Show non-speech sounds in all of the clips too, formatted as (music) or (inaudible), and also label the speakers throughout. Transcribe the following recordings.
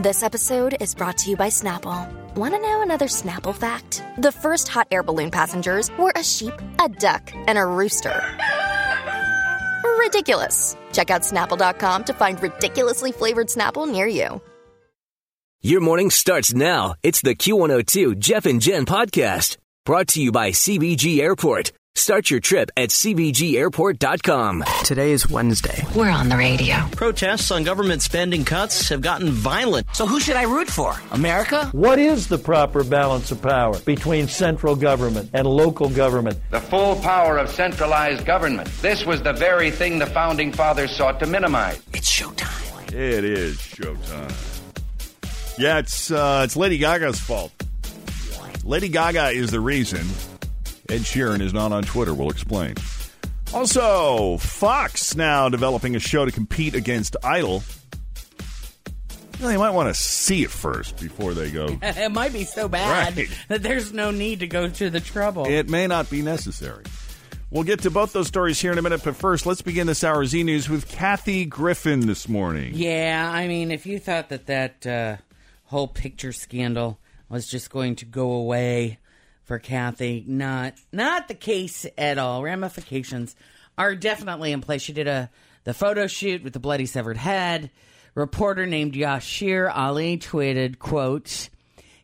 Speaker 1: This episode is brought to you by Snapple. Want to know another Snapple fact? The first hot air balloon passengers were a sheep, a duck, and a rooster. Ridiculous. Check out snapple.com to find ridiculously flavored Snapple near you.
Speaker 2: Your morning starts now. It's the Q102 Jeff and Jen podcast brought to you by CBG Airport. Start your trip at CBGAirport.com.
Speaker 3: Today is Wednesday.
Speaker 4: We're on the radio.
Speaker 5: Protests on government spending cuts have gotten violent.
Speaker 6: So who should I root for? America?
Speaker 7: What is the proper balance of power between central government and local government?
Speaker 8: The full power of centralized government. This was the very thing the founding fathers sought to minimize.
Speaker 6: It's showtime.
Speaker 9: It is showtime. Yeah, it's uh, it's Lady Gaga's fault. Lady Gaga is the reason Ed Sheeran is not on Twitter. We'll explain. Also, Fox now developing a show to compete against Idol. You know, they might want to see it first before they go.
Speaker 10: it might be so bad
Speaker 9: Right.
Speaker 10: that there's no need to go to the trouble.
Speaker 9: It may not be necessary. We'll get to both those stories here in a minute, but first, let's begin this hour's e news with Kathy Griffin this morning.
Speaker 10: yeah, I mean, if you thought that that uh, whole picture scandal was just going to go away for Kathy, not not the case at all. Ramifications are definitely in place. She did a the photo shoot with the bloody severed head. Reporter named Yashir Ali tweeted, "Quote."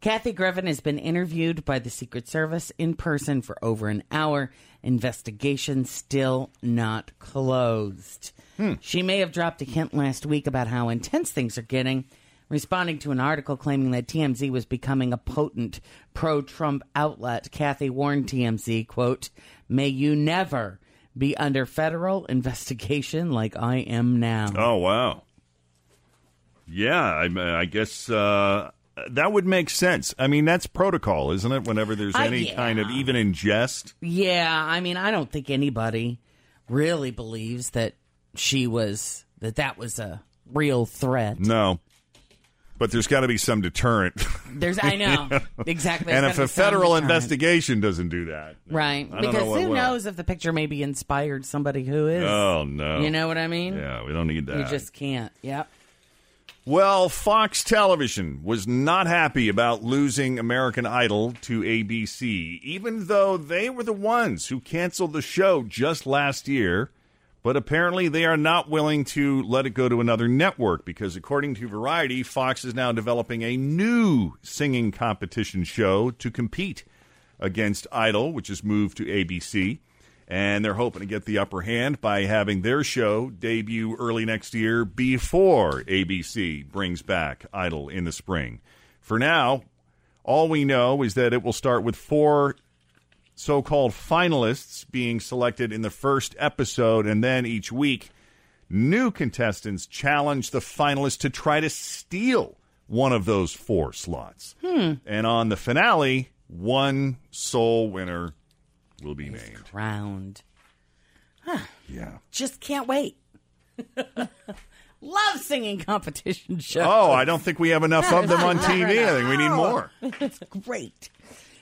Speaker 10: Kathy Griffin has been interviewed by the Secret Service in person for over an hour. Investigation still not closed.
Speaker 9: Hmm.
Speaker 10: She may have dropped a hint last week about how intense things are getting, responding to an article claiming that TMZ was becoming a potent pro-Trump outlet. Kathy warned TMZ, quote, "May you never be under federal (laughs) investigation like I am now."
Speaker 9: Oh, wow. Yeah, I, I guess uh, that would make sense. I mean, that's protocol, isn't it? Whenever there's
Speaker 10: Uh,
Speaker 9: any
Speaker 10: yeah.
Speaker 9: kind of even ingest.
Speaker 10: Yeah, I mean, I don't think anybody really believes that she was that that was a real threat.
Speaker 9: No. But there's got to be some deterrent.
Speaker 10: There's, I know
Speaker 9: (laughs)
Speaker 10: exactly.
Speaker 9: and
Speaker 10: There's gotta
Speaker 9: if a
Speaker 10: be some
Speaker 9: federal
Speaker 10: deterrent.
Speaker 9: investigation doesn't do that.
Speaker 10: right?
Speaker 9: I don't know
Speaker 10: Because
Speaker 9: what
Speaker 10: who
Speaker 9: will.
Speaker 10: knows if the picture maybe inspired somebody who is?
Speaker 9: Oh, no.
Speaker 10: You know what I mean?
Speaker 9: Yeah, we don't need that.
Speaker 10: You just can't. Yep.
Speaker 9: Well, Fox Television was not happy about losing American Idol to ABC, even though they were the ones who canceled the show just last year. But apparently, they are not willing to let it go to another network because, according to Variety, Fox is now developing a new singing competition show to compete against Idol, which has moved to ABC. And they're hoping to get the upper hand by having their show debut early next year before ABC brings back Idol in the spring. For now, all we know is that it will start with four so called finalists being selected in the first episode, and then each week, new contestants challenge the finalists to try to steal one of those four slots.
Speaker 10: Hmm.
Speaker 9: And on the finale, one sole winner will be named.
Speaker 10: Round.
Speaker 9: Yeah.
Speaker 10: Just can't wait. (laughs) Love singing competition shows.
Speaker 9: Oh, I don't think we have enough
Speaker 10: (laughs)
Speaker 9: of them on TV. I think we need more.
Speaker 10: Great.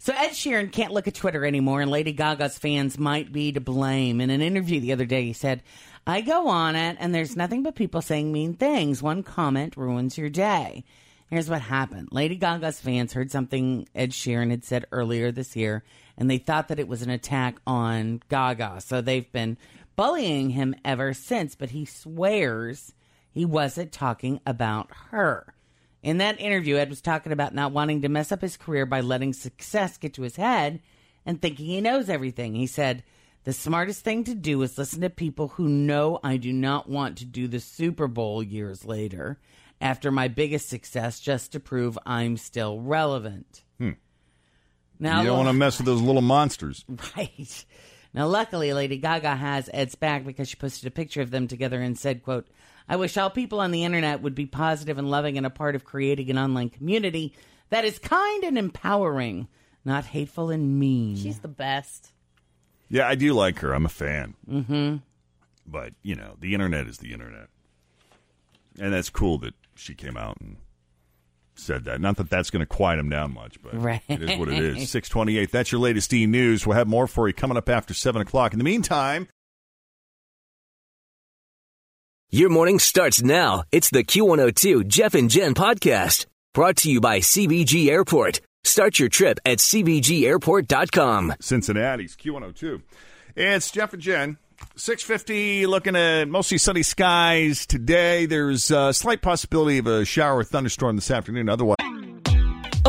Speaker 10: So Ed Sheeran can't look at Twitter anymore, and Lady Gaga's fans might be to blame. In an interview the other day, he said, I go on it, and there's nothing but people saying mean things. One comment ruins your day. Here's what happened Lady Gaga's fans heard something Ed Sheeran had said earlier this year, and they thought that it was an attack on Gaga. So they've been bullying him ever since, but he swears he wasn't talking about her. In that interview, Ed was talking about not wanting to mess up his career by letting success get to his head and thinking he knows everything. He said, The smartest thing to do is listen to people who know I do not want to do the Super Bowl years later after my biggest success just to prove I'm still relevant. Now,
Speaker 9: You don't want to mess with those little monsters.
Speaker 10: (laughs) Right. Now, luckily, Lady Gaga has Ed's back because she posted a picture of them together and said, quote,
Speaker 2: I wish all people on the internet would be positive and loving and a part of creating an online community that is kind and empowering, not hateful and mean.
Speaker 3: She's the best.
Speaker 9: Yeah, I do like her. I'm a fan. Mm-hmm. But you know, the internet is the internet, and that's cool that she came out and said that. Not that that's going to quiet him down much, but
Speaker 2: Right.
Speaker 9: it is what it is. Six twenty-eight. That's your latest E news. We'll have more for you coming up after seven o'clock. In the meantime,
Speaker 11: Your morning starts now. It's the Q102 Jeff and Jen podcast brought to you by CBG Airport. Start your trip at CBGAirport.com.
Speaker 9: Cincinnati's Q102. It's Jeff and Jen. 650 looking at mostly sunny skies today. There's a slight possibility of a shower or thunderstorm this afternoon. Otherwise,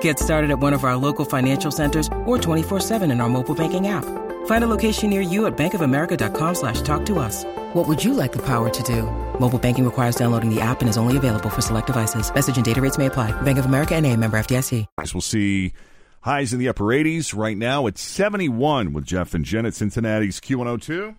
Speaker 4: Get started at one of our local financial centers or 24-7 in our mobile banking app. Find a location near you at bankofamerica.com slash talk to us. What would you like the power to do? Mobile banking requires downloading the app and is only available for select devices. Message and data rates may apply. Bank of America and a member FDIC.
Speaker 9: we'll see highs in the upper 80s. Right now, it's 71 with Jeff and Jen at Cincinnati's Q102.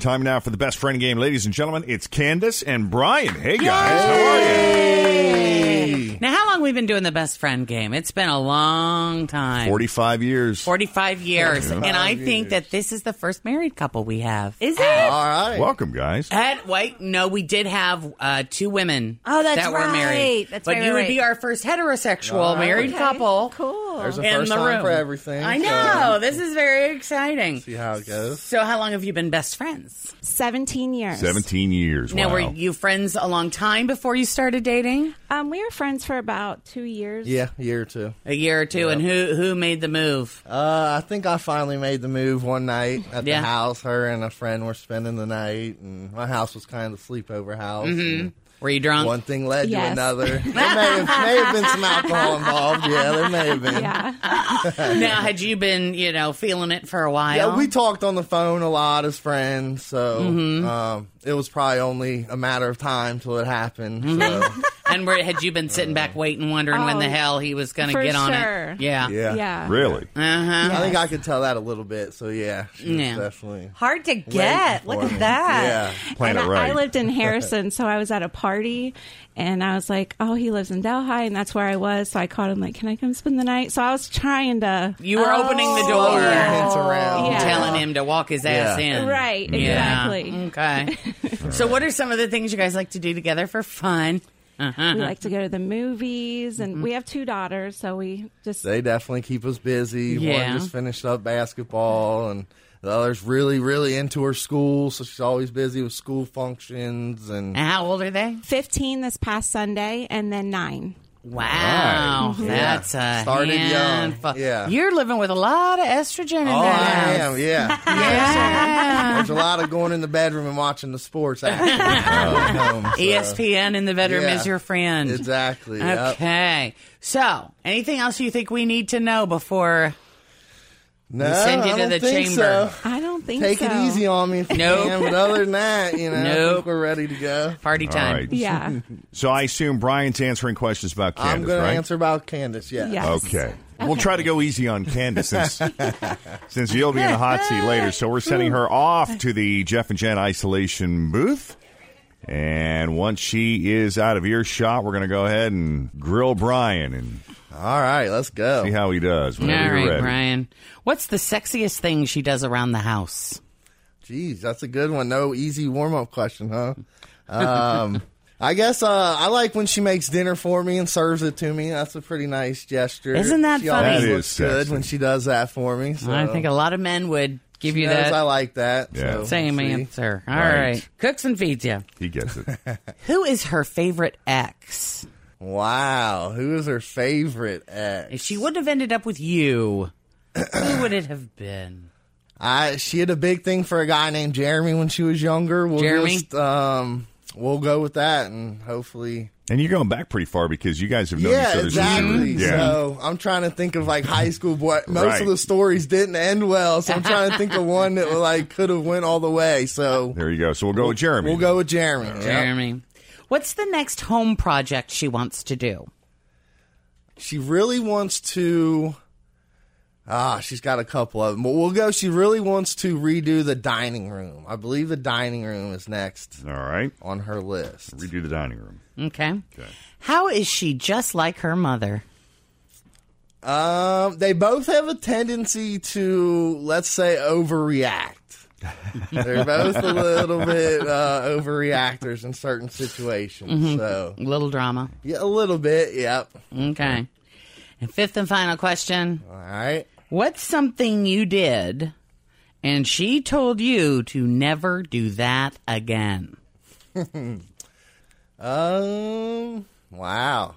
Speaker 9: Time now for the best friend game, ladies and gentlemen. It's Candace and Brian. Hey, guys. How are you?
Speaker 2: Now, how long we've been doing the best friend game? It's been a long time.
Speaker 9: 45 years.
Speaker 2: 45 years. and I think that this is the first married couple we have.
Speaker 3: Is it?
Speaker 10: right.
Speaker 9: Welcome, guys.
Speaker 2: Ed, wait, no, we did have uh, two women.
Speaker 3: Oh, that's
Speaker 2: that were married.
Speaker 3: right. That's
Speaker 2: but
Speaker 3: right,
Speaker 2: you
Speaker 3: right,
Speaker 2: would
Speaker 3: right.
Speaker 2: be our first heterosexual married
Speaker 3: Okay,
Speaker 2: couple.
Speaker 3: Cool.
Speaker 2: in the room. for everything. I know. This is very exciting. See how it goes. So, how long have you been best friends?
Speaker 4: 17 years.
Speaker 9: 17 years.
Speaker 2: Now,
Speaker 9: wow.
Speaker 2: were you friends a long time before you started dating?
Speaker 4: Um, we were friends for about two years.
Speaker 10: Yeah, year or two.
Speaker 2: A year or two. And who who made the move?
Speaker 10: Uh, I think I finally made the move one night at
Speaker 2: Yeah.
Speaker 10: the house. Her and a friend were spending the night, and my house was kind of a sleepover house. and
Speaker 2: Mm-hmm. Were you drunk?
Speaker 10: One thing led to
Speaker 4: Yes.
Speaker 10: another. There may have, may have been some alcohol involved. Yeah, there may have been. (laughs)
Speaker 2: now, had you been, you know, feeling it for a while?
Speaker 7: Uh,
Speaker 10: Yeah, we talked on the phone a lot as friends, so
Speaker 2: Mm-hmm.
Speaker 10: um, it was probably only a matter of time till it happened. So,
Speaker 2: and where, had you been sitting back waiting, wondering when the
Speaker 4: Oh,
Speaker 2: hell he was going to
Speaker 4: for
Speaker 2: get on
Speaker 4: sure.
Speaker 2: it? Yeah.
Speaker 10: yeah.
Speaker 9: Really?
Speaker 2: Uh-huh.
Speaker 10: I think I could tell that a little bit. So yeah, she was
Speaker 2: Yeah.
Speaker 10: definitely.
Speaker 3: Hard to get. Look
Speaker 10: waiting for me.
Speaker 3: at that.
Speaker 10: Yeah.
Speaker 9: Playing it
Speaker 4: And
Speaker 9: right.
Speaker 4: I lived in Harrison, so I was at a party and I was like, oh, he lives in Delhi, and that's where I was. So I called him, like, can I come spend the night? So I was trying to.
Speaker 2: You were opening the door,
Speaker 10: Hints around.
Speaker 4: Oh, Yeah.
Speaker 2: telling him to walk his ass
Speaker 10: Yeah.
Speaker 2: in.
Speaker 4: Right,
Speaker 2: Yeah.
Speaker 4: exactly.
Speaker 10: (laughs)
Speaker 2: Okay. so, what are some of the things you guys like to do together for fun? Uh-huh. Mm-hmm.
Speaker 4: We like to go to the movies, and we have two daughters, so we just.
Speaker 10: They definitely keep us busy.
Speaker 2: Yeah.
Speaker 10: One just finished up basketball, and the other's really, really into her school, so she's always busy with school functions
Speaker 2: And
Speaker 10: and.
Speaker 2: how old are they?
Speaker 4: 15 this past Sunday, and then nine.
Speaker 2: Wow, that's a
Speaker 10: Started young.
Speaker 2: handful.
Speaker 10: Yeah.
Speaker 2: You're living with a lot of estrogen in
Speaker 10: Oh,
Speaker 2: that
Speaker 10: I
Speaker 2: house.
Speaker 10: am, yeah. yeah. (laughs) There's a lot of going in the bedroom and watching the sports. Actually,
Speaker 2: (laughs)
Speaker 10: at home,
Speaker 2: E
Speaker 10: so.
Speaker 2: ESPN in the bedroom
Speaker 10: Yeah.
Speaker 2: is your friend.
Speaker 10: Exactly. yep.
Speaker 2: Okay. So, anything else you think we need to know before?
Speaker 10: No,
Speaker 2: send you
Speaker 10: I
Speaker 2: to
Speaker 10: don't
Speaker 2: the
Speaker 10: think
Speaker 2: chamber.
Speaker 10: so.
Speaker 4: I don't think
Speaker 10: Take
Speaker 4: so.
Speaker 10: it easy on me if you
Speaker 2: Nope.
Speaker 10: can, but other than that, you know, I
Speaker 2: Nope.
Speaker 10: think we're ready to go.
Speaker 2: Party
Speaker 9: All
Speaker 2: time.
Speaker 8: (laughs)
Speaker 9: right.
Speaker 4: Yeah.
Speaker 9: So I assume Brian's answering questions about Candace,
Speaker 10: I'm going
Speaker 9: right?
Speaker 10: to answer about Candace, yeah.
Speaker 4: Yes.
Speaker 9: Okay. We'll try to go easy on
Speaker 7: (laughs)
Speaker 9: Candace since, since you'll be in the hot seat later. So we're sending her off to the Jeff and Jen isolation booth. And once she is out of earshot, we're going to go ahead and grill Brian and
Speaker 10: All right, let's go.
Speaker 9: see how he does.
Speaker 2: All
Speaker 9: whenever you're
Speaker 2: right,
Speaker 9: ready.
Speaker 2: Brian. What's the sexiest thing she does around the house?
Speaker 10: Jeez, that's a good one. No easy warm up question, huh? Um, I guess uh, I like when she makes dinner for me and serves it to me. That's a pretty nice gesture.
Speaker 2: Isn't that
Speaker 10: she
Speaker 2: funny?
Speaker 10: always
Speaker 9: That
Speaker 10: looks
Speaker 9: is
Speaker 10: good
Speaker 9: sexy.
Speaker 10: when she does that for me. So
Speaker 2: I think a lot of men would give
Speaker 10: she
Speaker 2: you
Speaker 10: knows
Speaker 2: that
Speaker 10: I like that.
Speaker 9: Yeah.
Speaker 10: so
Speaker 2: same
Speaker 10: we'll see.
Speaker 2: answer. All
Speaker 9: Right.
Speaker 2: right. Cooks and feeds you.
Speaker 9: He gets it.
Speaker 2: Who is her favorite ex?
Speaker 10: Wow, who is her favorite ex?
Speaker 2: If she would have ended up with you, who would it have been?
Speaker 10: I she had a big thing for a guy named Jeremy when she was younger. We'll
Speaker 2: Jeremy?
Speaker 10: just um
Speaker 7: we'll go with that, and hopefully,
Speaker 8: And you're going back pretty far because you guys have known each
Speaker 7: yeah,
Speaker 8: other
Speaker 7: exactly.
Speaker 8: since you were-
Speaker 7: So I'm trying to think of like high school. Boy, most
Speaker 8: Right.
Speaker 7: of the stories didn't end well, so I'm trying to think of one that like could have went all the way. So
Speaker 8: there you go. So we'll go with Jeremy.
Speaker 7: We'll go with Jeremy.
Speaker 2: Jeremy. What's the next home project she wants to do?
Speaker 7: She really wants to. Ah, she's got a couple of them, but we'll go. She really wants to redo the dining room. I believe the dining room is next.
Speaker 8: All right,
Speaker 7: on her list,
Speaker 8: redo the dining room.
Speaker 2: Okay. How is she just like her mother?
Speaker 7: Um, they both have a tendency to, let's say, overreact. They're both a little bit uh, overreactors in certain situations.
Speaker 2: Mhm.
Speaker 7: So
Speaker 2: little drama.
Speaker 7: Yeah, a little bit. Yep.
Speaker 2: Okay. And fifth and final question. All
Speaker 7: right.
Speaker 2: What's something you did and she told you to never do that
Speaker 7: (laughs)
Speaker 2: again?
Speaker 7: um. Wow.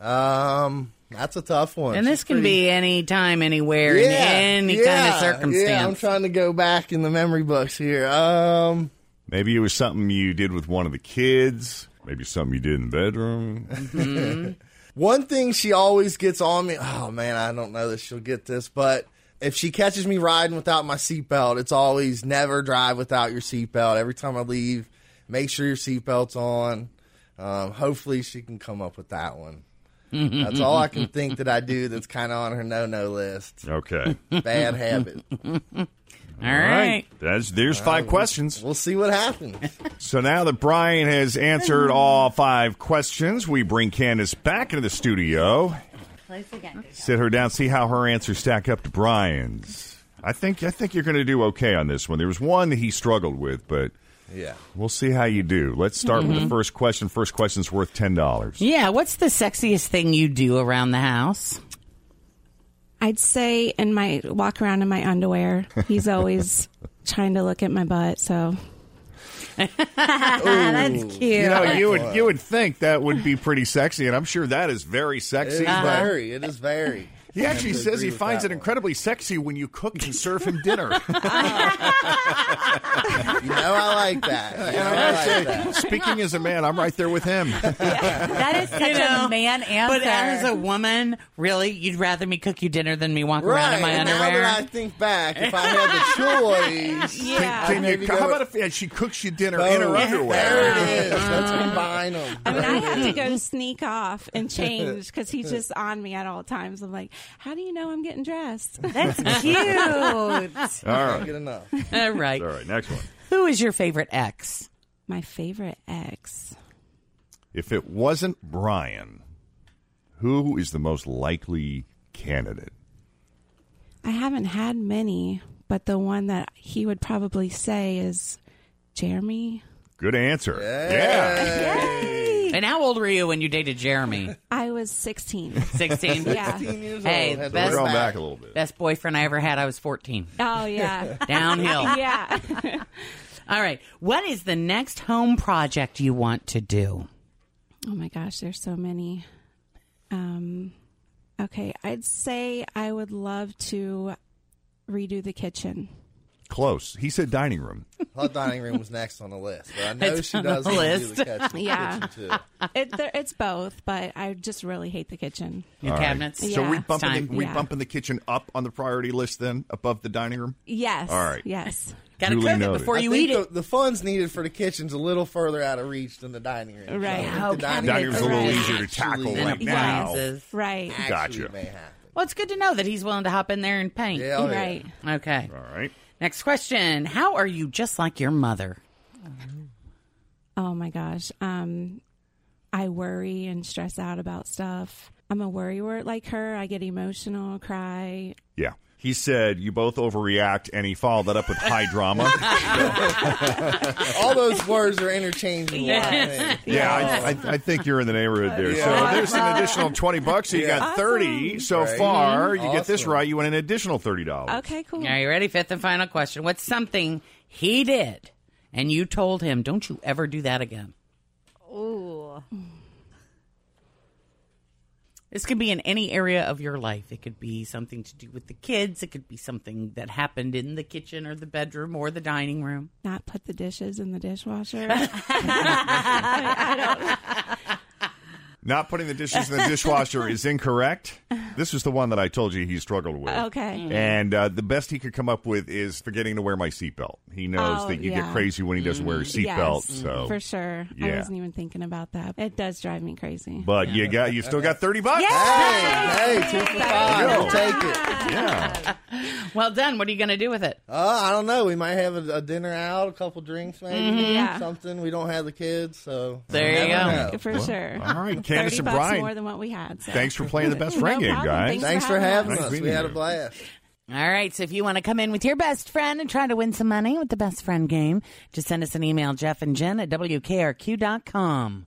Speaker 7: Um. That's a tough one.
Speaker 2: And this
Speaker 7: She's
Speaker 2: can
Speaker 7: pretty-
Speaker 2: be any time, anywhere, in any kind
Speaker 7: yeah,
Speaker 2: of
Speaker 7: Yeah, I'm
Speaker 2: circumstance.
Speaker 7: trying to go back in the memory books here. Um.
Speaker 8: Maybe it was something you did with one of the kids. Maybe something you did in
Speaker 7: (laughs)
Speaker 8: the bedroom.
Speaker 7: One thing she always gets on me. Oh man, I don't know that she'll get this, but if she catches me riding without my seatbelt, it's always never drive without your seatbelt. Every time I leave, make sure your seatbelt's on. Um, hopefully, she can come up with
Speaker 2: (laughs)
Speaker 7: that one. That's all I can think that I do. That's kind of on her no-no list.
Speaker 8: (laughs) Okay.
Speaker 7: Bad habit.
Speaker 2: All
Speaker 8: right. That's there's five questions.
Speaker 7: We'll see what happens.
Speaker 8: (laughs) So now that Brian has answered all five questions, we bring Candace back into the studio,
Speaker 12: Place again.
Speaker 8: sit her down, see how her answers stack up to Brian's. I think I think you're going to do okay on this one. There was one that he struggled with, but
Speaker 7: yeah,
Speaker 8: we'll see how you do. Let's start with the
Speaker 2: Mhm.
Speaker 4: Mm-hmm.
Speaker 8: first question. First question's worth ten dollars.
Speaker 2: yeah, what's the sexiest thing you do around the house?
Speaker 9: I'd say in my walk around in my underwear. He's always trying to look at my butt, so
Speaker 8: That's
Speaker 9: cute.
Speaker 8: You know, you would you would think that would be pretty sexy, and I'm sure that is very sexy.
Speaker 7: It is
Speaker 8: but-
Speaker 7: very. It is very.
Speaker 8: (laughs) He
Speaker 7: I have
Speaker 8: actually
Speaker 7: to
Speaker 8: says
Speaker 7: agree
Speaker 8: he
Speaker 7: with
Speaker 8: finds
Speaker 7: that
Speaker 8: it incredibly sexy when you cook and serve him
Speaker 7: (laughs)
Speaker 8: dinner.
Speaker 7: You know, I like that. You know, I like that.
Speaker 8: Speaking as a man, I'm right there with him.
Speaker 2: That
Speaker 12: is such a man answer.
Speaker 2: But as a woman, really, you'd rather me cook you dinner than me walk around in my
Speaker 7: and
Speaker 2: underwear?
Speaker 7: Now that I think back, if I had the choice,
Speaker 8: Yeah. Can- can you- how about if she cooks you dinner in her underwear?
Speaker 7: There it is. Let's combine them.
Speaker 9: I mean, I have to go sneak off and change because he's just on me at all times. I'm like, how do you know I'm getting dressed?
Speaker 2: That's
Speaker 8: cute. All right.
Speaker 7: Good enough.
Speaker 2: All (laughs) right.
Speaker 8: All right, next one.
Speaker 2: Who is your favorite ex?
Speaker 9: My favorite ex.
Speaker 8: If it wasn't Brian, who is the most likely candidate?
Speaker 9: I haven't had many, but the one that he would probably say is Jeremy.
Speaker 8: Good answer.
Speaker 9: Yeah.
Speaker 2: And how old were you when you dated Jeremy?
Speaker 9: I was 16.
Speaker 2: 16?
Speaker 9: (laughs) Yeah.
Speaker 2: 16
Speaker 9: years
Speaker 2: hey,
Speaker 9: old.
Speaker 2: the
Speaker 9: Had to
Speaker 2: best,
Speaker 9: work back a
Speaker 8: little bit.
Speaker 2: best boyfriend I ever had, I was 14.
Speaker 9: Oh, yeah.
Speaker 2: (laughs) Downhill.
Speaker 9: (laughs) yeah.
Speaker 2: (laughs) All right. What is the next home project you want to do?
Speaker 9: Oh my gosh, there's so many. Um, okay, I'd say I would love to redo the kitchen.
Speaker 8: Close. He said dining room.
Speaker 7: Her dining room was next on the list, but I know
Speaker 8: It's
Speaker 7: she
Speaker 8: on the
Speaker 7: does want to do the
Speaker 8: list.
Speaker 7: catch-
Speaker 9: Yeah,
Speaker 7: kitchen too.
Speaker 9: it, there, it's both, but I just really hate the kitchen.
Speaker 8: All right. So
Speaker 9: Yeah.
Speaker 8: we bumping the, we
Speaker 9: Yeah.
Speaker 8: bumping the kitchen up on the priority list then above the dining room.
Speaker 9: Yes.
Speaker 8: All right.
Speaker 9: Yes.
Speaker 8: Gotta Duly cook it noted. before
Speaker 7: I
Speaker 8: you
Speaker 7: think
Speaker 8: eat
Speaker 7: the, The funds needed for the kitchen's a little further out of reach than the dining room.
Speaker 9: Right.
Speaker 7: So I think
Speaker 9: How
Speaker 7: the dining,
Speaker 8: Dining room's a little
Speaker 7: Right.
Speaker 8: easier to tackle
Speaker 7: Actually,
Speaker 8: right
Speaker 7: yeah.
Speaker 8: now.
Speaker 9: Right.
Speaker 8: Gotcha.
Speaker 2: Well, it's good to know that he's willing to hop in there and paint.
Speaker 7: Hell yeah. Right.
Speaker 2: Okay.
Speaker 8: All right.
Speaker 2: Next question. How are you just like your mother?
Speaker 9: Oh my gosh. Um, I worry and stress out about stuff. I'm a worrywart like her. I get emotional, cry.
Speaker 8: Yeah. He said you both overreact, and he followed that up with high drama.
Speaker 7: (laughs) All those words are interchangeable. I think.
Speaker 8: Yeah, I, I, I think you're in the neighborhood there.
Speaker 7: Yeah.
Speaker 8: So there's an additional twenty bucks. So you
Speaker 7: Yeah.
Speaker 8: got thirty so
Speaker 7: Right.
Speaker 8: far. You get this
Speaker 2: Awesome.
Speaker 8: right, you win an additional thirty dollars.
Speaker 9: Okay, cool.
Speaker 2: Are you ready? Fifth and final question. What's something he did and you told him, don't you ever do that again?
Speaker 12: Ooh.
Speaker 2: This could be in any area of your life. It could be something to do with the kids. It could be something that happened in the kitchen or the bedroom or the dining room.
Speaker 9: Not put the dishes in the dishwasher.
Speaker 4: (laughs)
Speaker 8: Not putting the dishes in the dishwasher is incorrect. This was the one that I told you he struggled with.
Speaker 9: Okay.
Speaker 8: And uh, the best he could come up with is forgetting to wear my seatbelt. He knows
Speaker 9: Oh,
Speaker 8: that you
Speaker 9: yeah. Mm-hmm.
Speaker 8: get crazy when he doesn't wear his seatbelt.
Speaker 9: Yes,
Speaker 8: So
Speaker 9: for sure, I
Speaker 8: Yeah.
Speaker 9: wasn't even thinking about that. It does drive me crazy.
Speaker 8: But you got you still got thirty bucks.
Speaker 7: Hey, two for five.
Speaker 8: Yo.
Speaker 7: I'll take it.
Speaker 8: Yeah.
Speaker 2: Well done. What are you going to do with it?
Speaker 7: Uh, I don't know. We might have a, a dinner out, a couple drinks, maybe
Speaker 2: Mhm. Yeah.
Speaker 7: something. We don't have the kids, so
Speaker 2: There
Speaker 7: I
Speaker 2: you
Speaker 7: never
Speaker 2: go.
Speaker 7: know.
Speaker 9: for sure.
Speaker 8: all right, Candace
Speaker 9: 30
Speaker 8: and
Speaker 9: bucks
Speaker 8: Brian.
Speaker 9: more than what we had. so.
Speaker 8: Thanks for playing the best
Speaker 9: No
Speaker 8: friend game,
Speaker 9: problem.
Speaker 8: guys.
Speaker 7: Thanks for having
Speaker 8: Nice
Speaker 7: us.
Speaker 8: meeting
Speaker 7: we had a
Speaker 8: you.
Speaker 7: blast.
Speaker 2: All right. So if you want to come in with your best friend and try to win some money with the best friend game, just send us an email, Jeff and Jen at WKRQ.com.